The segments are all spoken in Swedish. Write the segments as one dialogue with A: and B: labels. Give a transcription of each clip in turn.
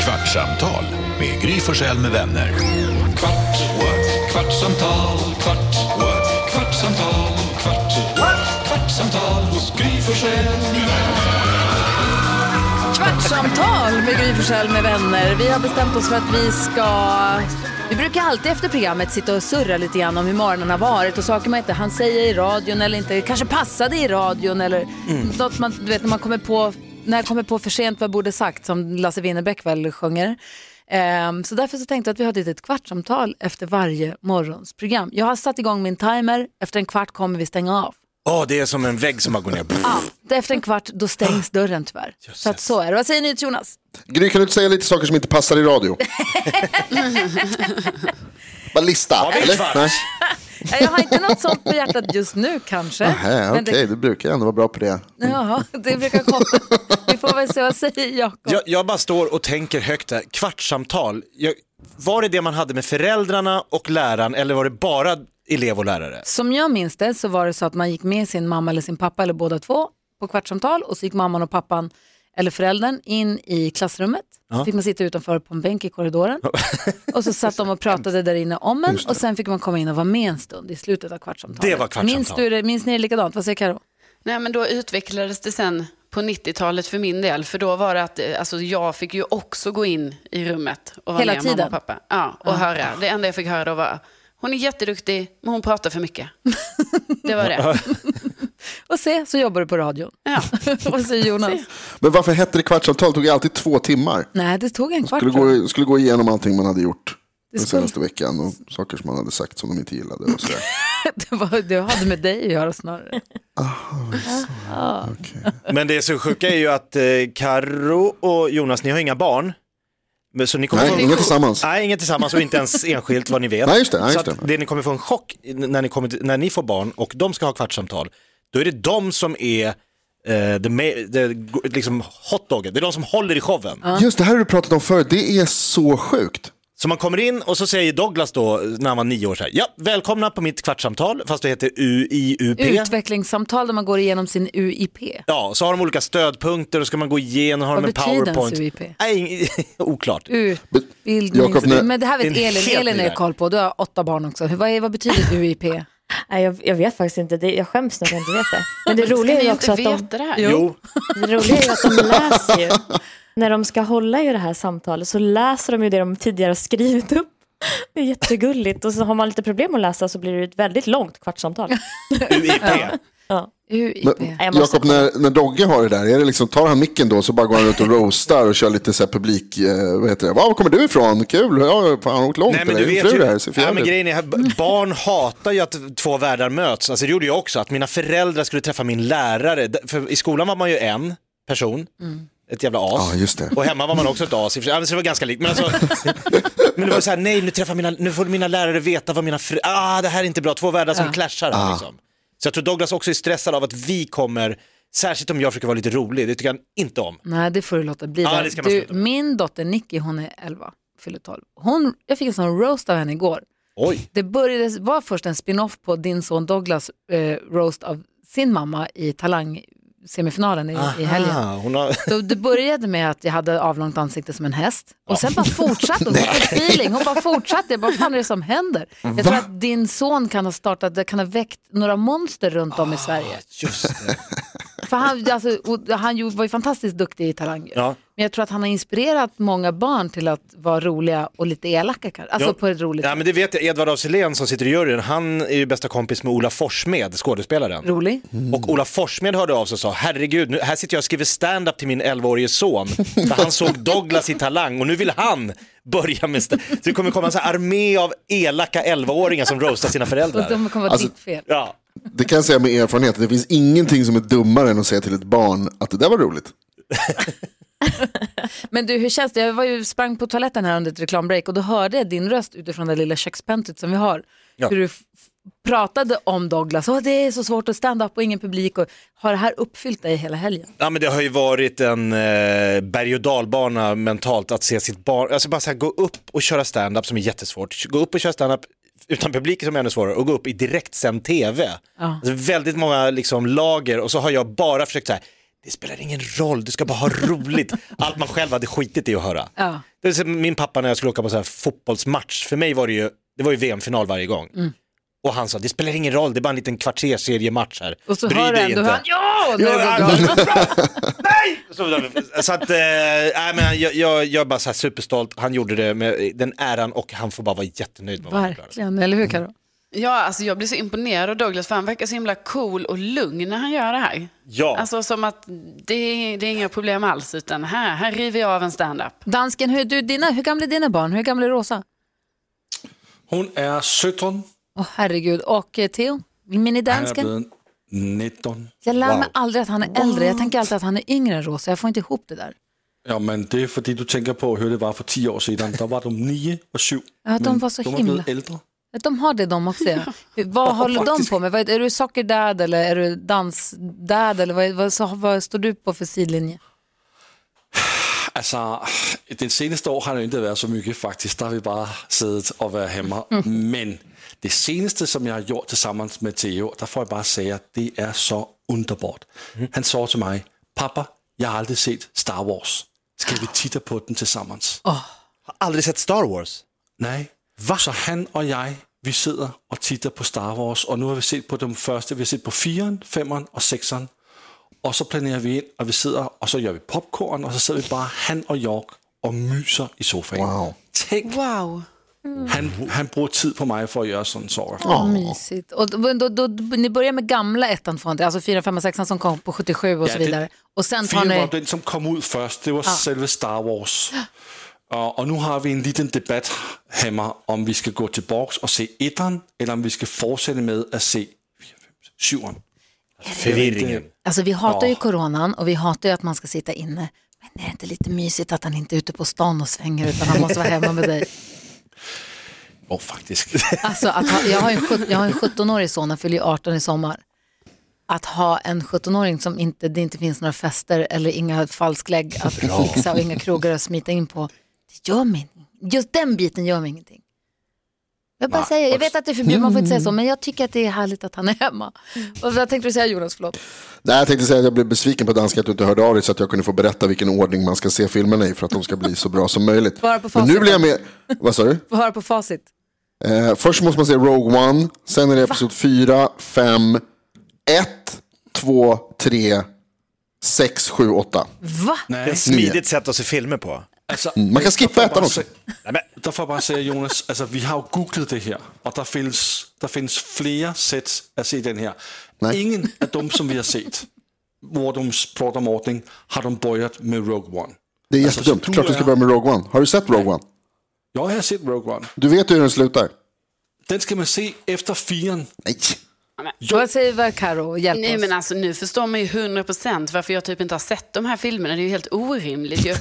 A: Kvartsamtal med Gry Forssell med vänner. Kvart, what? kvartsamtal, kvart, what? kvartsamtal, kvart, what? kvartsamtal hos Gry Forssell med vänner.
B: Kvartsamtal med Gry Forssell med vänner. Vi har bestämt oss för att vi ska... Vi brukar alltid efter programmet sitta och surra lite grann om hur morgonen har varit och saker man inte han säga i radion eller inte kanske passade i radion eller något man, du vet när man kommer på, när jag kommer på för sent vad jag borde sagt som Lasse Winnerbäck väl sjunger. Ehm, så därför så tänkte jag att vi har ett litet kvartsamtal efter varje morgonsprogram. Jag har satt igång min timer, efter en kvart kommer vi stänga av.
C: Ja, det är som en vägg som har gått ner.
B: Ja, efter en kvart då stängs dörren tyvärr. Så att så är det. Vad säger ni till Jonas?
D: Gry, kan du inte säga lite saker som inte passar i radio? Bara lista,
C: Har vi en
D: eller?
C: kvart?
D: Nej.
B: Ja, Eh, Jag har inte något sånt på hjärtat just nu kanske.
D: Nej, okej,
B: Men det,
D: du brukar ändå vara bra på det.
B: jaha, det brukar komma. Vi får väl se vad säger Jakob.
C: Jag, jag bara står och tänker högt där, kvartssamtal, jag, var det det man hade med föräldrarna och läraren eller var det bara elev och lärare?
B: Som jag minns det så var det så att man gick med sin mamma eller sin pappa eller båda två på kvartssamtal och så gick mamman och pappan eller föräldern in i klassrummet. Så fick man sitta utanför på en bänk i korridoren och så satt de och pratade där inne om en och sen fick man komma in och vara med en stund i slutet av kvartssamtalet.
C: Det var kvartssamtal.
B: Minns, du, det- minns ni det likadant? Vad säger Karo?
E: Nej, men då utvecklades det sen på 90-talet för min del. För då var det att eh, alltså, jag fick ju också gå in i rummet och vara
B: Hela
E: med
B: tiden?
E: mamma och pappa. Ja, och höra. Det enda jag fick höra då var, hon är jätteduktig, men hon pratar för mycket. Det var det.
B: Och se, så jobbar du på radion.
E: Ja.
B: Vad säger Jonas?
D: Men varför hette det kvartsamtal? Det tog ju alltid två timmar.
B: Nej, det tog en kvart.
D: Skulle
B: tror jag.
D: gå, skulle gå igenom allting man hade gjort den
B: skulle-
D: senaste veckan och saker som man hade sagt som de inte gillade. Och sådär.
B: Det, var, det hade med dig att göra snarare.
C: Men det så sjuka är ju att eh, Karo och Jonas, ni har inga barn. Men Så ni kommer
D: Nej,
C: få-
D: inga tillsammans.
C: Nej, inget tillsammans och inte ens enskilt vad ni vet.
D: Nej, just det, nej,
C: så
D: just
C: att
D: det.
C: det ni kommer få en chock när ni, kommer, till- när ni får barn och de ska ha kvartssamtal, då är det de som är eh, the, ma- the, liksom hotdoggen, det är de som håller i showen.
D: Just det här har du pratat om förut, det är så sjukt.
C: Så man kommer in och så säger Douglas då, när han var nio år, så här, ja, välkomna på mitt kvartssamtal, fast det heter UIUP.
B: Utvecklingssamtal där man går igenom sin UIP.
C: Ja, så har de olika stödpunkter och ska man gå igenom, har
B: Vad
C: de en
B: betyder ens
C: powerpoint.
B: UIP?
C: Nej, oklart.
D: Jakob,
B: Utbildnings...
D: när-
B: Men det här vet
C: Det är en
B: Elin,
C: helt
B: Elin
C: ny
B: är
C: värld.
B: koll på. Du har åtta barn också. Hur- Vad, är, vad betyder UIP?
F: Nej, jag, jag vet faktiskt inte. Det, jag skäms när jag inte vet det. Men det
E: Ska
F: roliga är
E: ni
F: ju också
E: inte
F: att de,
E: veta det här?
C: Jo,
F: det roliga är ju att de läser ju. När de ska hålla i det här samtalet så läser de ju det de tidigare har skrivit upp. Det är jättegulligt. Och så har man lite problem att läsa så blir det ju ett väldigt långt kvartssamtal.
C: UIP.
B: UIP.
F: Nej, jag måste-
D: Jakob, när, när Dogge har det där, är det liksom, tar han micken då så bara går han ut och roastar och kör lite så här publik, eh, vad heter det, var kommer du ifrån, kul, ja, fan, har åkt långt,
C: Nej men du
D: eller? Din
C: vet
D: fru
C: ju,
D: där, ser för
C: ja, men
D: jävligt ut."
C: grejen är, här, barn hatar ju att två världar möts. Alltså det gjorde jag också, att mina föräldrar skulle träffa min lärare. D- För i skolan var man ju en person,
B: Mm.
C: ett jävla as.
D: Ja, just det.
C: Och hemma var man också ett as, i och för sig. Ja, men så det var ganska likt. Men, alltså, men det var ju så här, nej nu, träffar mina, nu får mina lärare veta vad mina föräldrar, ah det här är inte bra, två världar som clashar här liksom. Så jag tror Douglas också är stressad av att vi kommer, särskilt om jag försöker vara lite rolig, det tycker han inte om.
B: Nej, det får du låta bli.
C: Ja,
B: där.
C: det ska man
B: du,
C: sluta med.
B: min dotter Nicky, hon är 11, fyller 12. Hon, jag fick en sån roast av henne igår.
C: Oj,
B: Det började, var först en spin-off på din son Douglas eh, roast av sin mamma i Talang-semifinalen i, i helgen.
C: Aha, Ah, hon har...
B: Så det började med att jag hade avlångt ansikte som en häst och sen bara fortsatte hon, hon fick feeling, hon bara fortsatte, jag bara, vad fan är det som händer? Jag tror att din son kan ha startat, kan ha väckt några monster runt om i Sverige.
C: Just det.
B: För han, alltså, och han gjorde- var ju fantastiskt duktig i Talang ju.
C: Ja.
B: Men jag tror att han har inspirerat många barn till att vara roliga och lite elaka kanske. Alltså
C: Ja.
B: på ett roligt
C: Ja
B: sätt.
C: men det vet jag, Edvard af Sillén som sitter i juryn, han är ju bästa kompis med Ola Forssmed, skådespelaren.
B: Rolig.
C: Och Ola Forssmed hörde av sig och sa, herregud, nu, här sitter jag och skriver stand-up till min 11-årige son. För han såg Douglas i Talang och nu vill han börja med stand Så det kommer komma en sån här armé av elaka 11-åringar som roastar sina
B: Och
C: föräldrar.
B: de kommer vara
D: Alltså-
B: ditt fel.
C: Ja,
D: Det kan jag säga med erfarenhet, det finns ingenting som är dummare än att säga till ett barn att det där var roligt.
B: Men du, hur känns det? Jag var ju sprang på toaletten här under ett reklambreak och då hörde jag din röst utifrån det lilla kökspöntet som vi har.
C: Ja.
B: Hur du f- pratade om Douglas, Åh, det är så svårt att stand up och ingen publik och har det här uppfyllt dig hela helgen?
C: ja men det har ju varit en eh, berg och dalbana mentalt att se sitt barn, alltså bara så här, gå upp och köra stand-up som är jättesvårt, gå upp och köra stand-up utan publik som är ännu svårare och gå upp i direktsänd tv.
B: Ja.
C: Alltså väldigt många liksom, lager och så har jag bara försökt så här, det spelar ingen roll, du ska bara ha roligt. Allt man själv hade skitit i att höra.
B: Ja.
C: Det är som min pappa när jag skulle åka på så här fotbollsmatch, för mig var det ju, det var ju VM-final varje gång.
B: Mm.
C: Och han sa, det spelar ingen roll, det är bara en liten kvartersseriematch här.
B: Och så
C: Bry
B: hör du
C: dig
B: ändå
C: inte." alltså-
B: hur han, ja, när det går
C: Ja,
B: bra.
C: Så, så att, eh, nej, men jag, jag, jag är bara så här superstolt, han gjorde det med den äran och han får bara vara jättenöjd med vad han gjorde.
B: Verkligen, eller hur Karo?
E: Ja, alltså jag blir så imponerad av Douglas för han verkar så himla cool och lugn när han gör det här.
C: Ja.
E: Alltså som att det är, det är inga problem alls utan här, här river jag av en stand-up.
B: Dansken, hur, du, dina, hur gamla är dina barn? Hur gamla är Rosa?
G: Hun er 17,
B: Åh herregud, och eh, Theo?
G: han er
B: Minidansken?
G: blevet 19.
B: Jag lär mig aldrig att han är äldre. Jag tänker alltid att han är yngre än Rosa. Jag får inte ihop det där.
G: Ja, men det er fordi, du tænker på at høre det var for 10 år siden. Der var du 9 og 7.
B: Ja, de
G: men
B: var så
G: du var
B: himla-
G: blevet ældre.
B: De har det de också. Ja. Hur- Vad håller de på med? Vad- Är du sockerdad eller är du dansdad? Eller vad, vad, så- vad står du på för sidlinje?
G: Altså, den seneste år har det ikke været så mye, faktisk. Der har vi bare siddet og været
B: Mm.
G: hæmmer. Men det seneste, som jeg har gjort til sammen med Theo, der får jeg bare sige, at det er så underbart.
B: Mm-hmm.
G: Han så til mig, pappa, jeg har aldrig set Star Wars. Skal vi titte på den til sammen?
C: Har aldrig sett Star Wars.
G: Nej. Hvad? Så han og jeg, vi sidder og titter på Star Wars, og nu har vi set på den første. Vi har set på 4'eren, 5'eren og 6'eren. Og så planerer vi ind, og vi sidder, og så gør vi popcorn, og så sidder vi bare, han og York, og myser i sofaen.
D: Wow.
G: Tænk,
E: Wow.
G: han, han bruger tid på mig for at gøre sådan en sorg.
B: Åh, mysigt. Och då, då, då, ni börjar med gamla ettan, tvåan, alltså fyra, femma, sexan som kom på 77 och
G: Ja,
B: så
G: det-
B: vidare. Och sen tar
G: Fire var
B: ni...
G: den, som kom ud først. Det var selve Star Wars. Og, og nu har vi en liten debat, Hammer, om vi skal gå til Borgs og se etteren, eller om vi skal fortsætte med at se 7'eren.
C: Förvirringen.
B: Alltså vi hatar ju
G: Ja.
B: coronan och vi hatar ju att man ska sitta inne. Men är det inte lite mysigt att han inte är ute på stan og svänger utan han måste vara hemma med dig?
G: Åh, oh, faktisk.
B: Alltså, att ha, jag har en sjut- jag har en 17-årig son, han fyller ju 18 i sommar. Att ha en 17-åring som inte, det inte finns några fester eller inga falsklägg att fixa och inga krogar att smita in på, det gör mig Just den biten gör mig ingenting. Jag bara säger, jag vet att det är förbjudet, man får inte säga så,
D: Mm.
B: men jag tycker att det är härligt att han är hemma.
E: Mm.
B: Och vad tänkte du säga Jonas, förlåt?
D: Nej, jag tänkte säga att jag blev besviken på danska att du inte hörde av dig så att jag kunde få berätta vilken ordning man ska se filmerna i för att de ska bli så bra som möjligt.
B: Bara på
D: Men nu
B: facit.
D: blir jag med... Vad sa du?
B: Få höra på facit.
D: Eh, först måste man se Rogue One, sen är det episod 4, 5, 1, 2, 3, 6, 7, 8.
B: Va?
C: Det är ett smidigt sätt att se filmer på.
G: Altså,
D: Man kan skippe
G: der får jeg
D: ettan
G: bare
D: också.
G: se- Der får jeg bare sige, Jonas, altså vi har jo googlet det her, og der findes, der findes flere sæt at se den her.
D: Nej.
G: Ingen af dem, som vi har set, hvor de spurgte om ordning, har de bøjet med Rogue One.
D: Det är
G: Alltså,
D: jättedumt.
G: så du
D: Klart du ska
G: är-
D: börja med Rogue One. Har du sett Rogue One?
G: Jo, jeg har set Rogue One.
D: Du vet ju hur den slutar.
G: Den skal man se efter firen.
D: Nej.
B: Vad säger Carro? Hjälp
E: Nej
B: oss.
E: men alltså nu förstår man ju 100% varför jag typ inte har sett de här filmerna. Det är ju helt orimligt ju.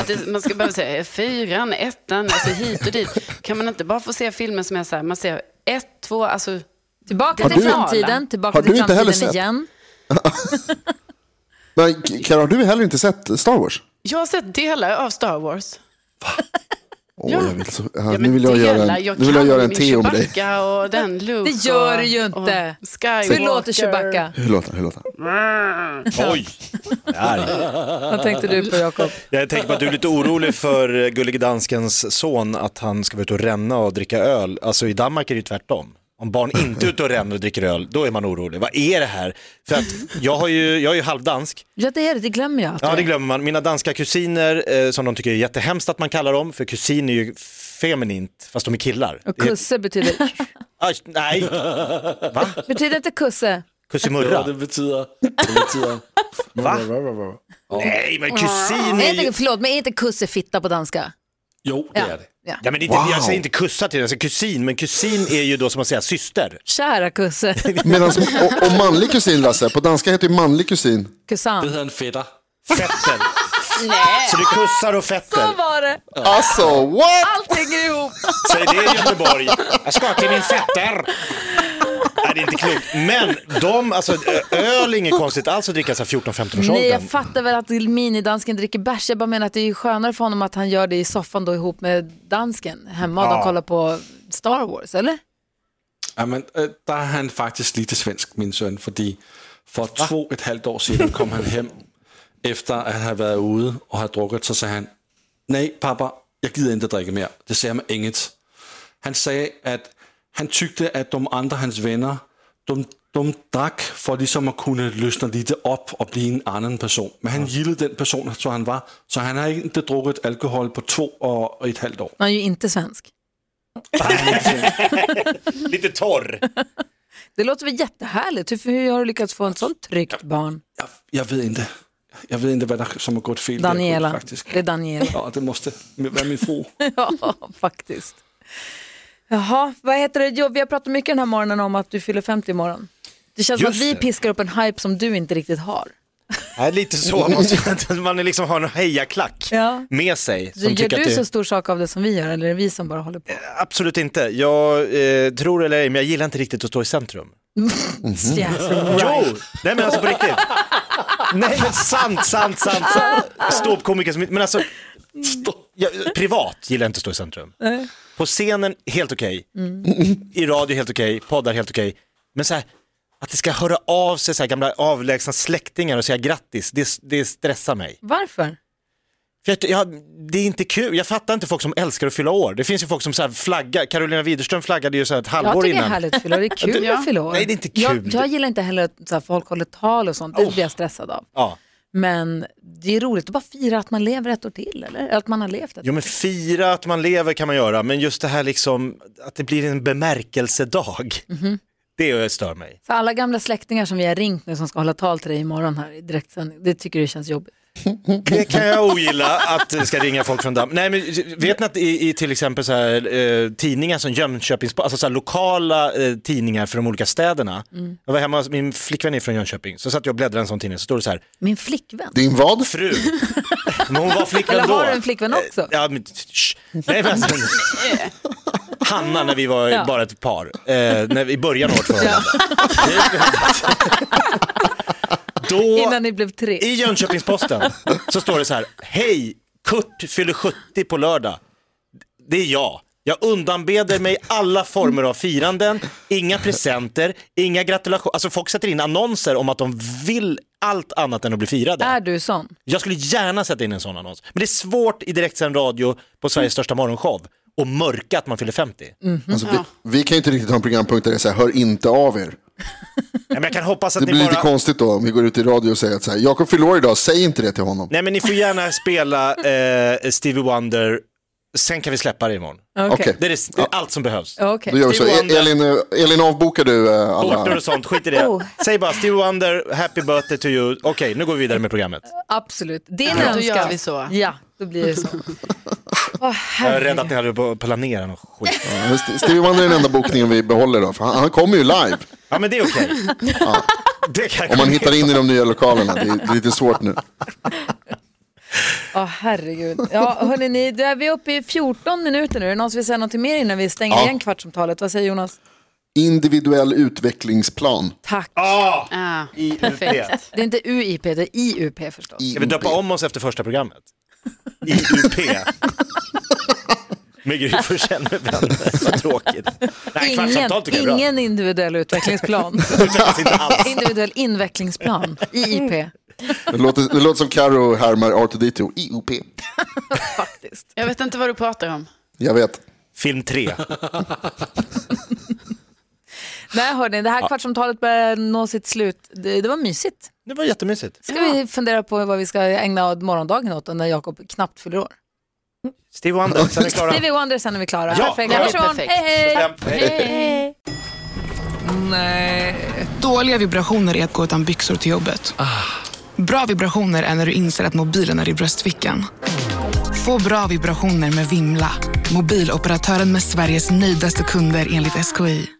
E: Att det, man ska behöva säga fyran, ettan, alltså hit och dit. Kan man inte bara få se filmer som är så här, man ser ett, två, alltså
B: Tillbaka
E: Har
B: till
E: du-
B: framtiden, tillbaka
D: Har
B: till
D: du inte heller
B: framtiden
D: sett?
B: igen.
D: Nej, Karo, har du heller inte sett Star Wars?
E: jag har sett delar av Star Wars.
D: Åh,
E: Ja.
D: jag vill så... ja,
E: Ja,
D: nu
E: men
D: vill jag göra
E: delar,
D: en,
E: jag
D: nu vill jag
E: kan
D: göra en
E: ju
D: teo med dig.
E: Chewbacca Och den Luke
B: Det gör du ju
E: och-
B: inte.
E: och Skywalker.
B: Hur låter Chewbacca?
D: Hur låter den? Hur låter den?
C: Oj! Arg.
B: Vad tänkte du på Jakob?
C: Jag tänker på att du är lite orolig för eh, Gullige Danskens son, att han ska vara ute och ränna och dricka öl. Alltså i Danmark är det ju tvärtom. Om barn inte är ute och ränner och dricker öl, då är man orolig. Vad är det här? För att jag, har ju, jag är ju halvdansk.
B: Ja, det är det. Det glömmer jag alltid.
C: Ja, det glömmer man. Mina danska kusiner, eh, som de tycker är jättehemskt att man kallar dem, för kusin är ju feminint, fast de är killar.
B: Och
C: Det är-
B: kusse betyder...
C: Aj, nej,
B: betyder inte kusse?
G: Ja,
C: kusimurra.
G: det betyder... Det betyder...
C: Va? Nej, men kusin
B: Nej,
C: är ju...
B: inte, förlåt, men är inte kusse fitta på danska?
G: Jo, det er det.
B: Ja.
C: Ja, men inte,
D: Wow.
C: Jag säger inte kussa till den, jag säger kusin, men kusin är ju då som att säga syster.
B: Kära kusse.
D: Medan, och, och manlig kusin Lasse, på danska heter ju manlig kusin.
G: Det
B: Kusan.
G: hedder en fætter.
C: Fetter. Så det är kussar och fetter.
B: Så var det.
D: Alltså what?
B: Allt hänger ihop.
C: Säg det i Göteborg. Jag ska till min fetter. Nej, det är inte klokt. Men de, alltså ö- öl är inget konstigt alls att dricka så här 14-15
B: Nej,
C: års
B: jag
C: åldern.
B: fattar väl att minidansken dricker bärs. Jag bara menar att det är ju skönare för honom att han gör det i soffan då ihop med dansken hemma och de
C: Ja.
B: kollar på Star Wars, eller?
G: Jamen, øh, der er han faktisk lige til svensk, min søn, fordi for to et halvt år siden kom han hjem efter at han har været ude og har drukket, så sagde han, nej pappa, jeg gider ikke drikke mere. Det ser mig inget. Han sagde, at han tykte, at de andre hans venner, de, de drak for ligesom at kunne løsne lidt op og blive en anden person. Men han gillede den person, så han var. Så han har ikke drukket alkohol på to og et halvt år.
B: Han är ju inte svensk.
C: Lite torr.
B: Det låter väl jättehärligt. Hur, hur har du lyckats få en sån tryggt barn?
G: Jeg, jeg ved ikke. Jeg ved ikke, hvad der som er gået fel.
B: Daniela.
G: Der, faktisk.
B: Det är Daniela.
G: Ja, det måste være min fru.
B: Ja, faktiskt. Jaha, vad heter det? Jo, vi har pratat mycket den här morgonen om att du fyller 50 imorgon. Det känns
C: Just
B: som att vi
C: det.
B: piskar upp en hype som du inte riktigt har.
C: Ja, Äh, lite så. Man, måste- man är liksom har en hejaklack
B: Ja.
C: med sig.
B: Så
C: Som
B: gör
C: tycker
B: du
C: att
B: så
C: det,
B: stor sak av det som vi gör eller är det vi som bara håller på?
C: absolut inte. Jag eh, tror eller ej, men jag gillar inte riktigt att stå i centrum.
B: Yes,
C: Jo!
B: right.
C: Nej men alltså på riktigt. Nej men sant, sant, sant. sant. Ståuppkomiker som men alltså, jag, privat gillar jag inte att stå i centrum. På scenen, helt okej. I radio, helt okej. Poddar, helt okej. Men så här, att det ska höra av sig så här, gamla avlägsna släktingar och säga grattis, det, det stressar mig.
B: Varför?
C: För jag, jag, det är inte kul, jag fattar inte folk som älskar att fylla år. Det finns ju folk som så här flaggar, Carolina Widerström flaggade ju så här ett
B: Jag
C: halvår
B: tycker det är
C: innan.
B: härligt att fylla år. Det är kul
E: Ja.
B: att fylla år.
C: Nej, det är inte
B: Jag,
C: kul. Oh.
B: jag gillar inte heller att så här, folk håller tal och sånt. Det blir jag stressad av.
C: ja.
B: Men det är roligt att bara fira att man lever ett år till eller att man har levt ett
C: Jo men fira att man lever kan man göra, men just det här liksom att det blir en bemärkelsedag.
B: Mhm.
C: Det stör mig.
B: Så alla gamla släktingar som vi har ringt nu som ska hålla tal till dig imorgon här i direktsändning, det tycker du känns jobbigt?
C: Det kan jag ogilla att det ska ringa folk från damm. Nej men vet ni att i, i till exempel så här, eh, tidningar som Jönköpings, alltså så här, lokala eh, tidningar för de olika städerna.
B: Mm.
C: Jag var hemma, hos- min flickvän är från Jönköping, så satt jag och bläddrade i en sån tidning, så står det så här,
B: Min flickvän?
D: Din vad?
E: Mhm.
C: fru. Men hon var flickvän
B: Eller
C: då. Eh,
B: har du en flickvän också?
C: Ja, men, shh. Nej, men alltså, Hanna när vi var
B: Ja.
C: bara ett par, eh, när vi, i början av vårt förhållande. Då,
B: Innan ni blev tre?
C: i Jönköpingsposten så står det så här, hej, Kurt fyller 70 på lördag. Det är jag. Jag undanbeder mig alla former av firanden, inga presenter, inga gratulationer. Alltså folk sätter in annonser om att de vill allt annat än att bli firade.
B: Är du sån?
C: Jag skulle gärna sätta in en sån annons. Men det är svårt i direktsänd radio på
D: Mm.
C: Sveriges största morgonshow och mörka att man fyller 50.
D: Alltså, vi, vi kan ju inte riktigt ha en programpunkt där det är så här, hör inte av er.
C: Nej, men jag kan hoppas att
D: Det
C: ni
D: blir lite
C: bara...
D: konstigt då om vi går ut i radio och säger att så här, Jakob fyller år idag, säg inte det till honom.
C: Nej, men ni får gärna spela eh, Stevie Wonder, sen kan vi släppa det imorgon.
B: Okej.
D: Okej.
C: Det är, det, det är allt som behövs.
B: Ja, okej.
D: Då gör vi så.
C: Stevie Wonder.
D: Elin, eh, Elin avbokar du eh,
C: Tårtor
D: alla.
C: och sånt, skit i det.
F: Oh.
C: Säg bara Stevie Wonder, happy birthday to you. Okej, nu går vi vidare med programmet.
B: Absolut. Din
E: då
B: önskan.
E: gör vi så.
B: Ja, då blir det så. Åh,
C: Jag är
B: herregud.
C: rädd att ni hade på planera något skit.
D: Ja, St- Stevie Wonder är den enda bokningen vi behåller då, för han, han kommer ju live.
C: Ja, men det är okej. Det kan jag
D: Om man
C: komma
D: hittar in i de nya lokalerna, det är, det är lite svårt nu.
B: Åh, herregud. Ja, hörni, ni, då är vi uppe i 14 minuter nu. Är det någon som vill säga något mer innan vi stänger
D: Ja.
B: igen kvartsamtalet? Vad säger Jonas?
D: Individuell utvecklingsplan.
B: Tack.
E: Ah,
C: I
E: perfekt.
B: Det är inte UIP, det är IUP förstås.
C: Ska vi döpa om oss efter första programmet? IUP. Med Gry Forssell med vänner. Vad tråkigt. Nej,
B: Ingen,
C: kvartsamtal tycker jag är bra.
B: ingen individuell utvecklingsplan.
C: Utvecklas inte alls.
B: individuell invecklingsplan, IIP.
D: Det låter, det låter som Karo härmar R2D2, IOP.
E: Jag vet inte vad du pratar om.
D: Jag vet.
C: Film 3.
B: Nej, hörni, det här kvartsamtalet börjar nå sitt slut. Det, det var mysigt.
C: Det var jättemysigt.
B: Ska vi fundera på vad vi ska ägna morgondagen åt när Jakob knappt fyller år?
C: Steve Wonder, sen är vi klara.
B: Stevie Wonder, sen är vi klara.
C: Ja,
B: perfekt.
C: bra.
B: Varsågod.
E: Perfekt.
B: Hej, hej.
H: Dåliga vibrationer är att gå utan byxor till jobbet. Bra vibrationer är när du inser att mobilen är i bröstfickan. Få bra vibrationer med Vimla. Mobiloperatören med Sveriges nöjdaste kunder enligt SKI.